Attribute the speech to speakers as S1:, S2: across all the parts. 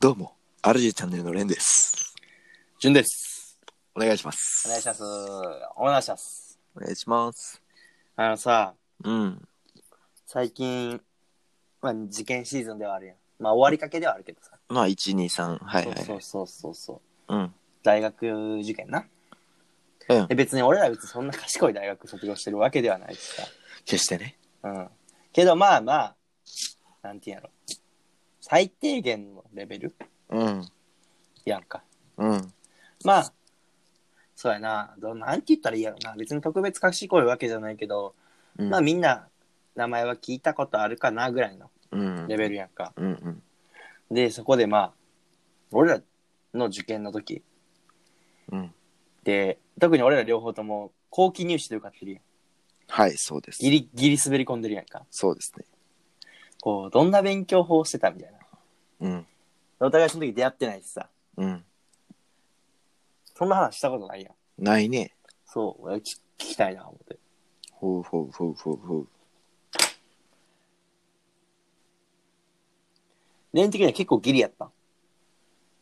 S1: どうも、RG チャンネルのレンです。
S2: 順です。
S1: お願いします。
S2: お願いします。お願いします。
S1: お願いします。
S2: あのさ、
S1: うん。
S2: 最近、まあ、受験シーズンではあるやん。まあ、終わりかけではあるけどさ。
S1: まあ、1、2、3。はいはい。
S2: そうそうそうそう。
S1: うん。
S2: 大学受験な。
S1: うん
S2: で。別に俺ら別にそんな賢い大学卒業してるわけではないしさ。
S1: 決してね。
S2: うん。けどまあまあ、なんていうんやろ。最低限のレベル
S1: うん。
S2: やんか。
S1: うん。
S2: まあ、そうやな。どうなんて言ったらいいやろな。別に特別賢いわけじゃないけど、
S1: うん。
S2: まあみんな名前は聞いたことあるかなぐらいの
S1: うん。
S2: レベルやんか。
S1: うんうん。
S2: で、そこでまあ、俺らの受験の時
S1: うん。
S2: で、特に俺ら両方とも後期入試というかってるやん。
S1: はい、そうです。
S2: ギリギリ滑り込んでるやんか。
S1: そうですね。
S2: こう、どんな勉強法をしてたみたいな。
S1: うん。
S2: お互いその時出会ってないしさ。
S1: うん。
S2: そんな話したことないやん。
S1: ないね。
S2: そう、俺聞き聞きたいな、思って。
S1: ほうほうほうほうほう。
S2: 年的には結構ギリやった。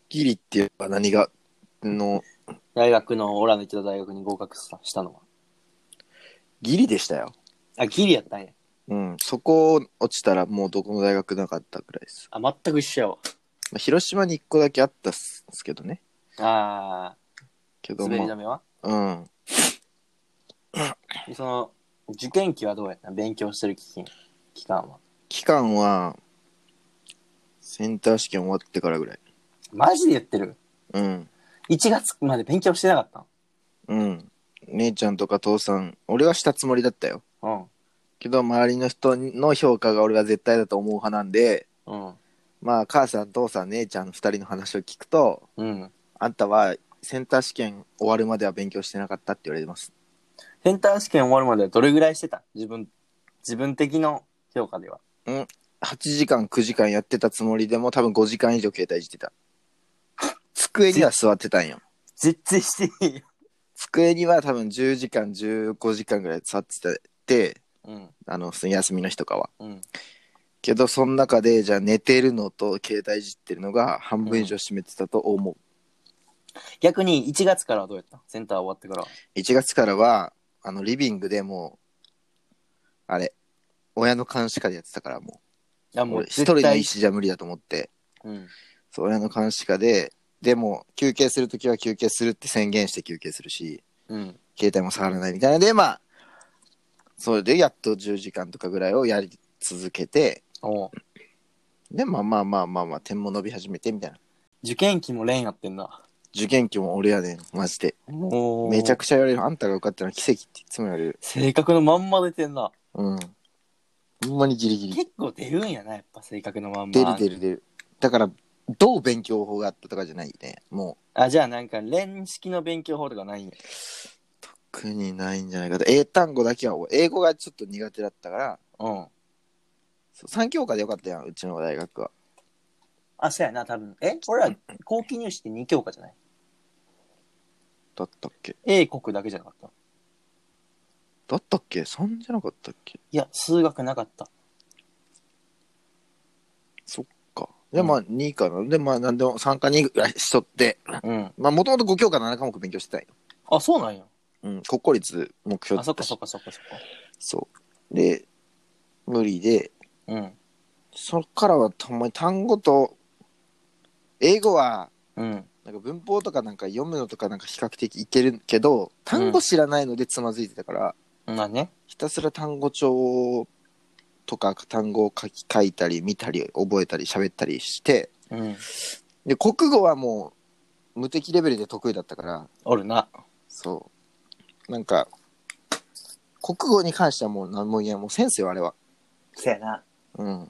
S1: ギリっていうか何が、の、
S2: 大学の、俺らの行ってた大学に合格したしたのは。
S1: ギリでしたよ。
S2: あ、ギリやったんや。
S1: うん。そこ落ちたらもうどこの大学なかったくらいです。
S2: あ、全く一緒やわ。
S1: まあ、広島に1個だけあったっすけどね。
S2: あ
S1: け
S2: ー、
S1: ど
S2: 滑り
S1: も
S2: 止。めは
S1: うん。
S2: その、受験期はどうやった勉強してる期間期間は。
S1: 期間はセンター試験終わってからぐらい
S2: マジで言ってる
S1: うん
S2: 1月まで勉強してなかった
S1: うん姉ちゃんとか父さん俺はしたつもりだったよ
S2: の
S1: けど周りの人の評価が俺が絶対だと思う派なんで
S2: うん。うん。
S1: まあ母さん父さん姉ちゃんの2人の話を聞くと
S2: うん。
S1: あんたはセンター試験終わるまでは勉強してなかったって言われてます
S2: センター試験終わるまでどれぐらいしてた自分、自分的の評価では。
S1: 8時間9時間やってたつもりでも多分5時間以上携帯してた机には座ってたんよ
S2: 絶対していいよ。
S1: 机には多分10時間15時間ぐらい座ってて
S2: うん。
S1: あの普通に休みの日とかは
S2: うん。
S1: けどその中でじゃあ寝てるのと携帯いじってるのが半分以上占めてたと思う、
S2: 逆に1月からはどうやったセンター終わってからは。
S1: 1月からはあのリビングでもうあれ親の監視下でやってたからも
S2: いや
S1: う
S2: もう
S1: 俺一
S2: 絶
S1: 人の
S2: 対
S1: 医。師じゃ無理だと思って
S2: うん。
S1: そう親の監視下ででも休憩するときは休憩するって宣言して休憩するし
S2: うん。
S1: 携帯も触らないみたいなのでまあそれでやっと10時間とかぐらいをやり続けて
S2: おう
S1: でまあまあまあまあまあ点も伸び始めてみたいな
S2: 受験期も連やってんな。
S1: 受験期も俺やねんマジで
S2: もう。
S1: めちゃくちゃ言われる。あんたが受かったのは奇跡っていつも言われる。
S2: 性格のまんま出てんな。
S1: うん。ほんまにギリギリ。
S2: 結構出るんやな、やっぱ性格のまんま。
S1: 出る出る出る。だから、どう勉強法があったとかじゃないね。もう、
S2: あ、じゃあなんか、連式の勉強法とかないんや。
S1: 苦にないんじゃないかと。英単語だけは多い、英語がちょっと苦手だったから、
S2: うん。
S1: 3教科でよかったやん、うちの大学は。
S2: あ、そうやな、多分。え俺ら、後期入試って2教科じゃない
S1: だったっけ
S2: ?A 国だけじゃなかった。
S1: だったっけ ?3 じゃなかったっけ
S2: いや、数学なかった。
S1: か。で、まあ、2かな。で、まあ、なんでも3か2ぐらいしとって、
S2: うん。
S1: まあ、もともと5教科7科目勉強してたんよ。
S2: あ、そうなんや。
S1: うん、国公立目標だ
S2: あ、
S1: し
S2: そっかそっかそっかそっか。
S1: そう。で、無理で、
S2: うん。
S1: そっからはたまに単語と英語は
S2: うん。
S1: なんか文法とかなんか読むのとかなんか比較的いけるけど単語知らないのでつまずいてたから、
S2: まあね。
S1: ひたすら単語帳とか単語を書き書いたり見たり覚えたり喋ったりして
S2: うん。
S1: で国語はもう無敵レベルで得意だったから
S2: おるな。
S1: そうなんか国語に関してはもう何も言えんもう先生はあれは
S2: そうやな。
S1: うん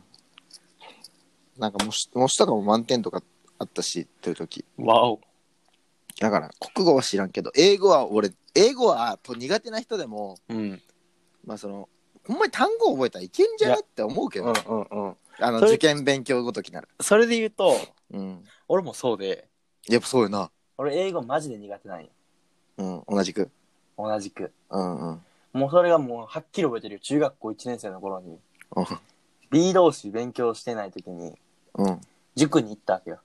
S1: なんか模試模試とかも満点とかあったしという時
S2: わお。
S1: だから国語は知らんけど英語は俺英語はと苦手な人でも
S2: うん。うん
S1: まあそのほんまに単語覚えたらいけんじゃない
S2: い
S1: って思うけ
S2: う
S1: ど
S2: んうん。
S1: あの
S2: それ
S1: 受験勉強ごときなら
S2: それで言うと、
S1: うん
S2: 俺もそうで、
S1: やっぱそうよな
S2: 俺英語マジで苦手なんや。
S1: うん同じく
S2: 同じく。
S1: うんうん
S2: もうそれがもうはっきり覚えてるよ。中学校1年生の頃に、
S1: うん
S2: B 同士勉強してない時に、
S1: うん
S2: 塾に行ったわけよ。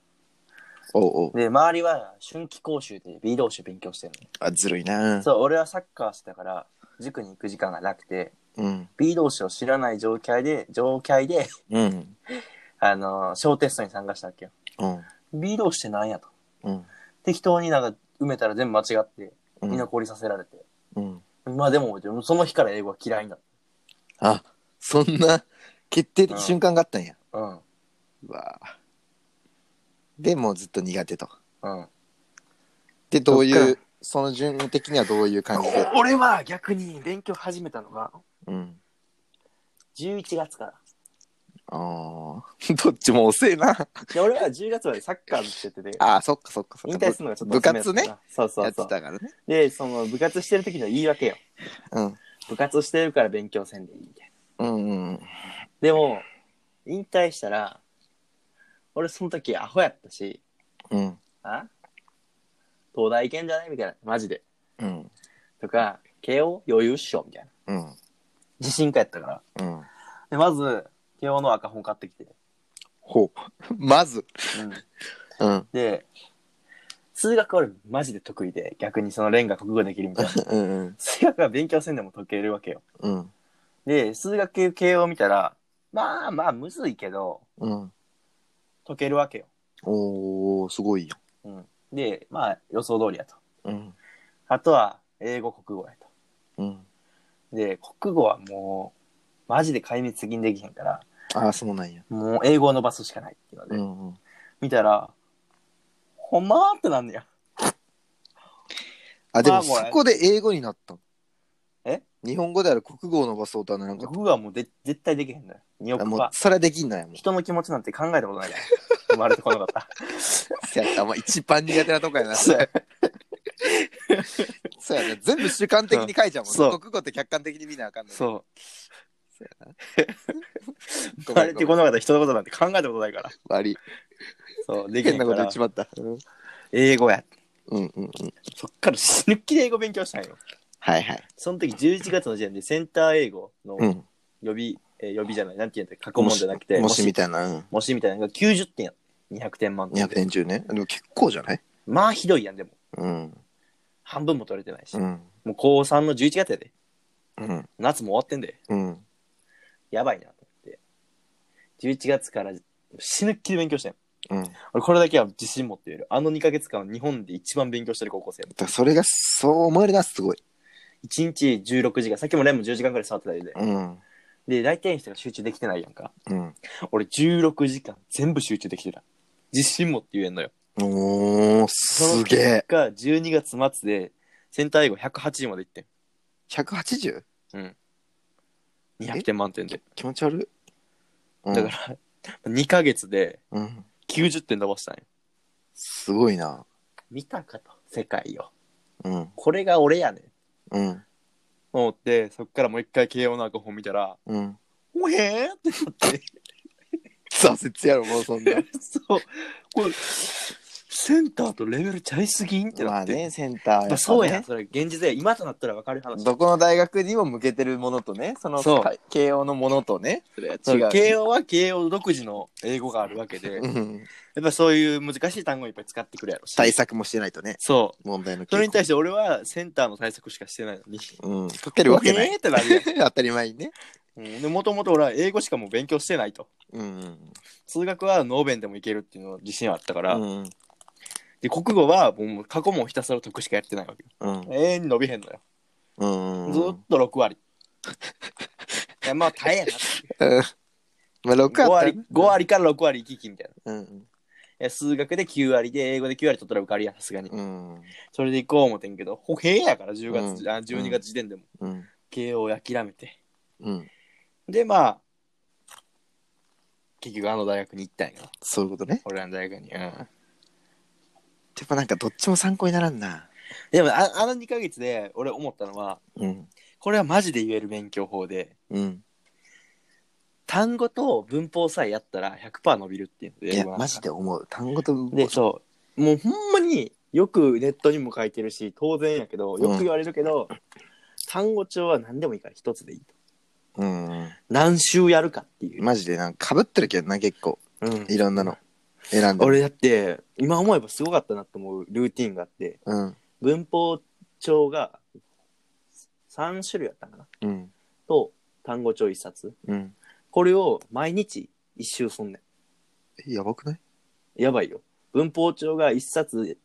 S1: おうおう。
S2: で、周りは春季講習で B 同士勉強してる
S1: あ、ずるいな
S2: の。。そう、俺はサッカーしてたから、塾に行く時間がなくて、
S1: うん。
S2: B 同士を知らない状況で、状況で、
S1: うん。
S2: あのー小テストに参加したわけよ。
S1: うん。
S2: B 同士ってなんやと。
S1: うん。
S2: 適当になんか埋めたら全部間違って、
S1: うん
S2: 居残りさせられて。
S1: うん。
S2: まあでも覚えてる、その日から英語は嫌いになっ
S1: あ、そんな決定的瞬間があったんや。
S2: た。うん。
S1: うわぁで、もうずっと苦手と。
S2: うん。
S1: で、どう
S2: そ
S1: い
S2: っ
S1: う、その順位的にはどういう感じで。
S2: 俺は逆に勉強始めたのが、
S1: うん。
S2: 11月から。
S1: ああ、 どっちも遅えな。
S2: いや俺は10月までサッカーずっとやってて、
S1: ああ、そっかそっかそ
S2: 引
S1: っ
S2: 退
S1: か
S2: す。るのがちょっと
S1: 部活ね
S2: 遅めだったな。そうそ
S1: や
S2: う
S1: って
S2: そう。
S1: たからね。
S2: で、その部活してる時の言い訳よ。
S1: うん。
S2: 部活してるから勉強せんでいいみたいな。
S1: うんうん。
S2: でも、引退したら、俺その時アホやったし、
S1: うん。
S2: あ東大行けんじゃないみたいな、マジで。
S1: うん。
S2: とか、慶応余裕っしょみたいな。
S1: うん。
S2: 自信家やったか
S1: う
S2: ら。
S1: ん。
S2: で、まず、慶応の赤本買ってきて。
S1: ほう。まず。
S2: うん。
S1: うん。
S2: で、数学は俺マジで得意で、逆にそのレンガ国語できるみ たいな。
S1: うんうん。
S2: 数学は勉強せんでも解けるわけよ。
S1: うん。
S2: で、数学系系を見たら、まあまあむずいけど、
S1: うん。
S2: 解けるわけよ。
S1: おー、すごいよ。
S2: うん。で、まあ予想通りやと。
S1: うん。
S2: あとは、英語、国語やと。
S1: うん。
S2: で、国語はもう、マジで壊滅的にできへんから、
S1: ああ、そうなんや。
S2: もう英語を伸ばすしかないっていうので、
S1: うんうん。
S2: 見たら、ほんまーってなんねや。
S1: あ、で
S2: ま
S1: も
S2: あ
S1: そ
S2: もう
S1: こで英語になったの
S2: え
S1: 日本語である国語を伸ばそうとはならんかっ
S2: 国語はもうで絶対できへんのよ。2
S1: た。あ
S2: 億
S1: も
S2: パ
S1: う
S2: ー。
S1: それはできんのやもん。
S2: 人の気持ちなんて考えたことないから。 生まれてこなかった。
S1: せやった、まあ、一番苦手なとこや な。そうやそうやね。全部主観的に書いちゃうもん
S2: そ
S1: ね。
S2: う
S1: 国語って客観的に見なあかんのに。う。
S2: そう。
S1: ごめん
S2: 生まれ
S1: ごめ
S2: て
S1: ん
S2: こなかった人のことなんて考えたことないから。
S1: 悪い。
S2: そう、できへ
S1: 変
S2: ん
S1: なこ
S2: か
S1: と言
S2: ら
S1: っち。まった。うん
S2: 英語やって。
S1: うんうんうん。
S2: そっから死ぬっきり英語勉強したんよ。
S1: はいはい。
S2: その時11月の時点でセンター英語の
S1: うん。
S2: 予備、えー予備じゃない、なんていうんだっけ過去問じゃなくて、
S1: もしみたいな。うん。
S2: もしみたいなのが90点や200点満点
S1: 200
S2: で
S1: 点中ね。でも結構じゃない
S2: まあひどいやんでも
S1: うん。
S2: 半分も取れてないし、
S1: うん。
S2: もう高3の11月やで
S1: うん。
S2: 夏も終わってんで
S1: うん。
S2: やばいなと思って11月から死ぬっきり勉強してん
S1: うん。
S2: 俺これだけは自信持って言えるあの2ヶ月間は日本で一番勉強してる高校生や
S1: だそれが、そう思えるな、すごい。
S2: 1日16時間さっきもレンも10時間くらい触ってたりで、
S1: うん。
S2: で大体の人が集中できてないやんか
S1: うん。
S2: 俺16時間全部集中できてた自信持って言えんのよ
S1: おー、すげえ。
S2: が12月末でセンター英語180まで行ってん
S1: 180?
S2: 200点満点で
S1: 気持ち悪い。うん
S2: だから、2ヶ 月で
S1: うん。
S2: 90点伸ばしたんよ。
S1: すごいな。
S2: 見たかと、世界よ。
S1: うん。
S2: これが俺やねん。
S1: うん。
S2: 思って、そっからもう一回慶応の赤本見たら、
S1: うん。
S2: おへーってなって、
S1: 挫折やろ、もうそんな。
S2: そう、これ、センターとレベルちゃいすぎんって
S1: ま
S2: な
S1: あ
S2: って。
S1: ね、センターやっぱ
S2: やっ
S1: ね、
S2: ぱそうやん、それ現実で、今となったら分かる話。
S1: どこの大学にも向けてるものとね、その
S2: そう
S1: か慶応のものとね、それは
S2: そう
S1: 違う。
S2: 慶応は慶応独自の英語があるわけで、
S1: う
S2: やっ
S1: ん
S2: ぱそういう難しい単語いっぱい使ってくるやろし。
S1: 対策もしてないとね、
S2: そう。
S1: 問題の傾向
S2: それに対して俺はセンターの対策しかしてないのに。
S1: うん、かけるわけな
S2: おへ
S1: い。
S2: ーってなるやん
S1: 当たり前にね。
S2: うんでもともと俺は英語しかもう勉強してないと
S1: うん。
S2: 数学はノーベンでもいけるっていうのは自信はあったから、
S1: うん。
S2: で国語はもう過去問ひたすら解くしかやってないわけよ
S1: うん。
S2: 永遠に伸びへんのよ、
S1: うん。
S2: ずっと6割 いやまあ大変や
S1: うんまあ、6
S2: 5
S1: あったら
S2: 割5。割から6割行き来みたいない
S1: うん。
S2: や数学で9割で英語で9割取ったら受かりやさすがに
S1: うん。
S2: それで行こう思てんけどほへえやから10月、
S1: うん
S2: あ12月時点でも
S1: うん。
S2: 慶応を諦めて
S1: うん。
S2: でまあ結局あの大学に行ったんやな
S1: そういうことね。
S2: 俺らの大学にうん
S1: でもなんかどっちも参考にならんな。
S2: でもああの2ヶ月で俺思ったのは
S1: うん。
S2: これはマジで言える勉強法で
S1: うん。
S2: 単語と文法さえやったら100%伸びるっていうの
S1: い
S2: で
S1: や、マジで思う。単語と文法
S2: でそうもうほんまによくネットにも書いてるし当然やけどよく言われるけど、単語帳は何でもいいから一つでいいと
S1: うん。
S2: 何週やるかっていう、
S1: マジでなんか被ってるけどな、結構。
S2: うん
S1: いろんなの。選んだ。
S2: 俺だって今思えばすごかったなと思うルーティンがあって
S1: うん。
S2: 文法帳が3種類あったんかな
S1: うん。
S2: と単語帳1冊
S1: うん。
S2: これを毎日一周すんね
S1: えやばくない
S2: んやばいよ文法帳が1冊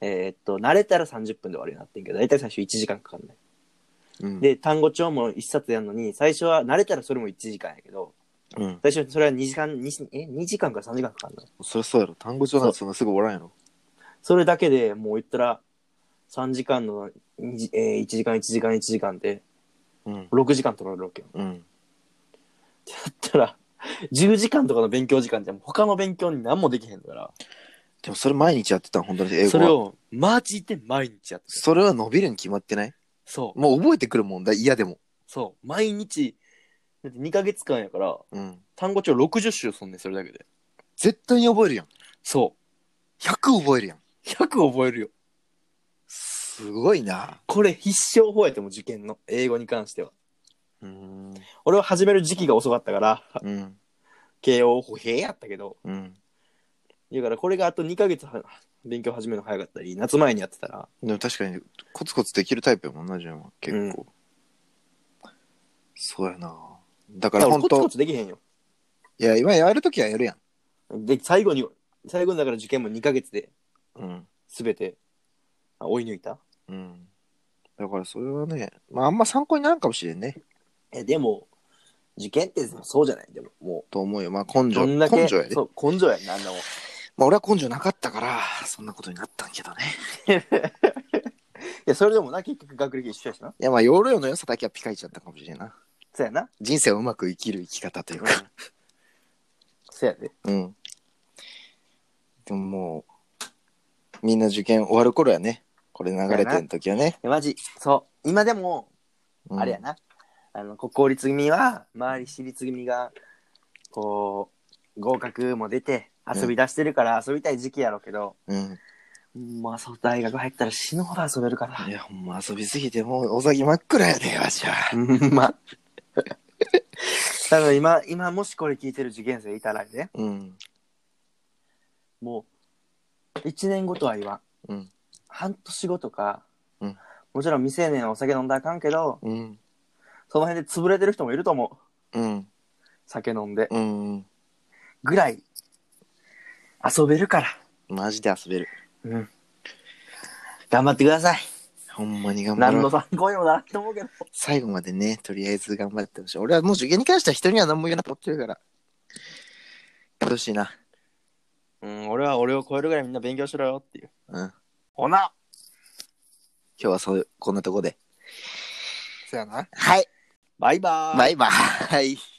S2: えーっと慣れたら30分で終わるようになってんけど大体最初1時間かかんない
S1: うん。
S2: で単語帳も1冊やんのに最初は慣れたらそれも1時間やけど
S1: うん。
S2: 最初それは2時間 2, え2時間から3時間かかんない
S1: そりゃそうやろ。単語帳なんてそんなすぐおらんやろ。
S2: それだけでもう言ったら3時間の、にじえー、1時間1時間1時間で
S1: うん。
S2: 6時間取られるわけよ。
S1: うん。
S2: だったら10時間とかの勉強時間じゃ他の勉強に何もできへんから
S1: でもそれ毎日やってたの本当に英語は
S2: それをマジで毎日やってた
S1: それは伸びるに決まってない
S2: そう
S1: もう覚えてくるもんだ嫌でも
S2: そう毎日だって2ヶ月間やから
S1: うん
S2: 単語帳60週そんねんそれだけで
S1: 絶対に覚えるやん
S2: そ
S1: 100覚えるやん
S2: う100覚えるよ
S1: すごいな
S2: これ必勝法やっても受験の英語に関しては
S1: うん
S2: 俺は始める時期が遅かったから
S1: うん
S2: 慶応歩兵やったけど
S1: うん
S2: だからこれがあと2ヶ月は勉強始めるの早かったり夏前にやってたら
S1: でも確かにコツコツできるタイプやもんな自分は結構、そうやなだから
S2: 俺
S1: 本
S2: コツ
S1: 当
S2: コツできへんよ
S1: いや今やるときはやるやん
S2: で最後に最後にだから受験も2ヶ月で
S1: うん
S2: 全てあ追い抜いた
S1: うんだからそれはねまああんま参考にならんかもしれんね
S2: えでも受験ってそうじゃないでもも
S1: と思うよまあ根
S2: う
S1: 性
S2: どんだけ
S1: 根性やで、
S2: そう根性やねあんなもん
S1: まあ、俺は根性なかったからそんなことになったんけどね
S2: いやそれでもな結局学歴一緒やしない
S1: やまあ容量の良さだけはピカイチだったかもしれんな
S2: そうやな
S1: 人生をうまく生きる生き方というか、
S2: そうやで
S1: うん。でももう、みんな受験終わる頃やね。これ流れてる時はね。
S2: えマジそう今でも
S1: うん
S2: あれや。な、あの国公立組は周り私立組がこう合格も出て遊び出してるから遊びたい時期やろうけど、
S1: うん。
S2: まあそう大学入ったら死ぬほど遊べるか
S1: いや、ほんま遊びすぎてもうお先真っ暗やで、わしは。
S2: ら まあだから今今もしこれ聞いてる受験生いたらね
S1: うん。
S2: もう1年後とは言わん
S1: うん。
S2: 半年後とか、
S1: うん
S2: もちろん未成年はお酒飲んだらあかんけど
S1: うん。
S2: その辺で潰れてる人もいると思う
S1: うん。
S2: 酒飲んで
S1: うん。
S2: ぐらい遊べるから
S1: マジで遊べる。
S2: うん。頑張ってください。
S1: ほんまに頑張
S2: 何
S1: ろ
S2: の
S1: う。
S2: 参考にもならんと思うけど。
S1: 最後までね、とりあえず頑張ってほしい。俺はもう受験に関しては人には何も言えないと思ってるから。頑張ってほしいな。
S2: うん、俺は俺を超えるぐらいみんな勉強しろよっていう。
S1: うん。今
S2: ほな
S1: 日はそう、こんなとこで。
S2: そやな。
S1: はい。
S2: バイバーイ。
S1: バイバイ。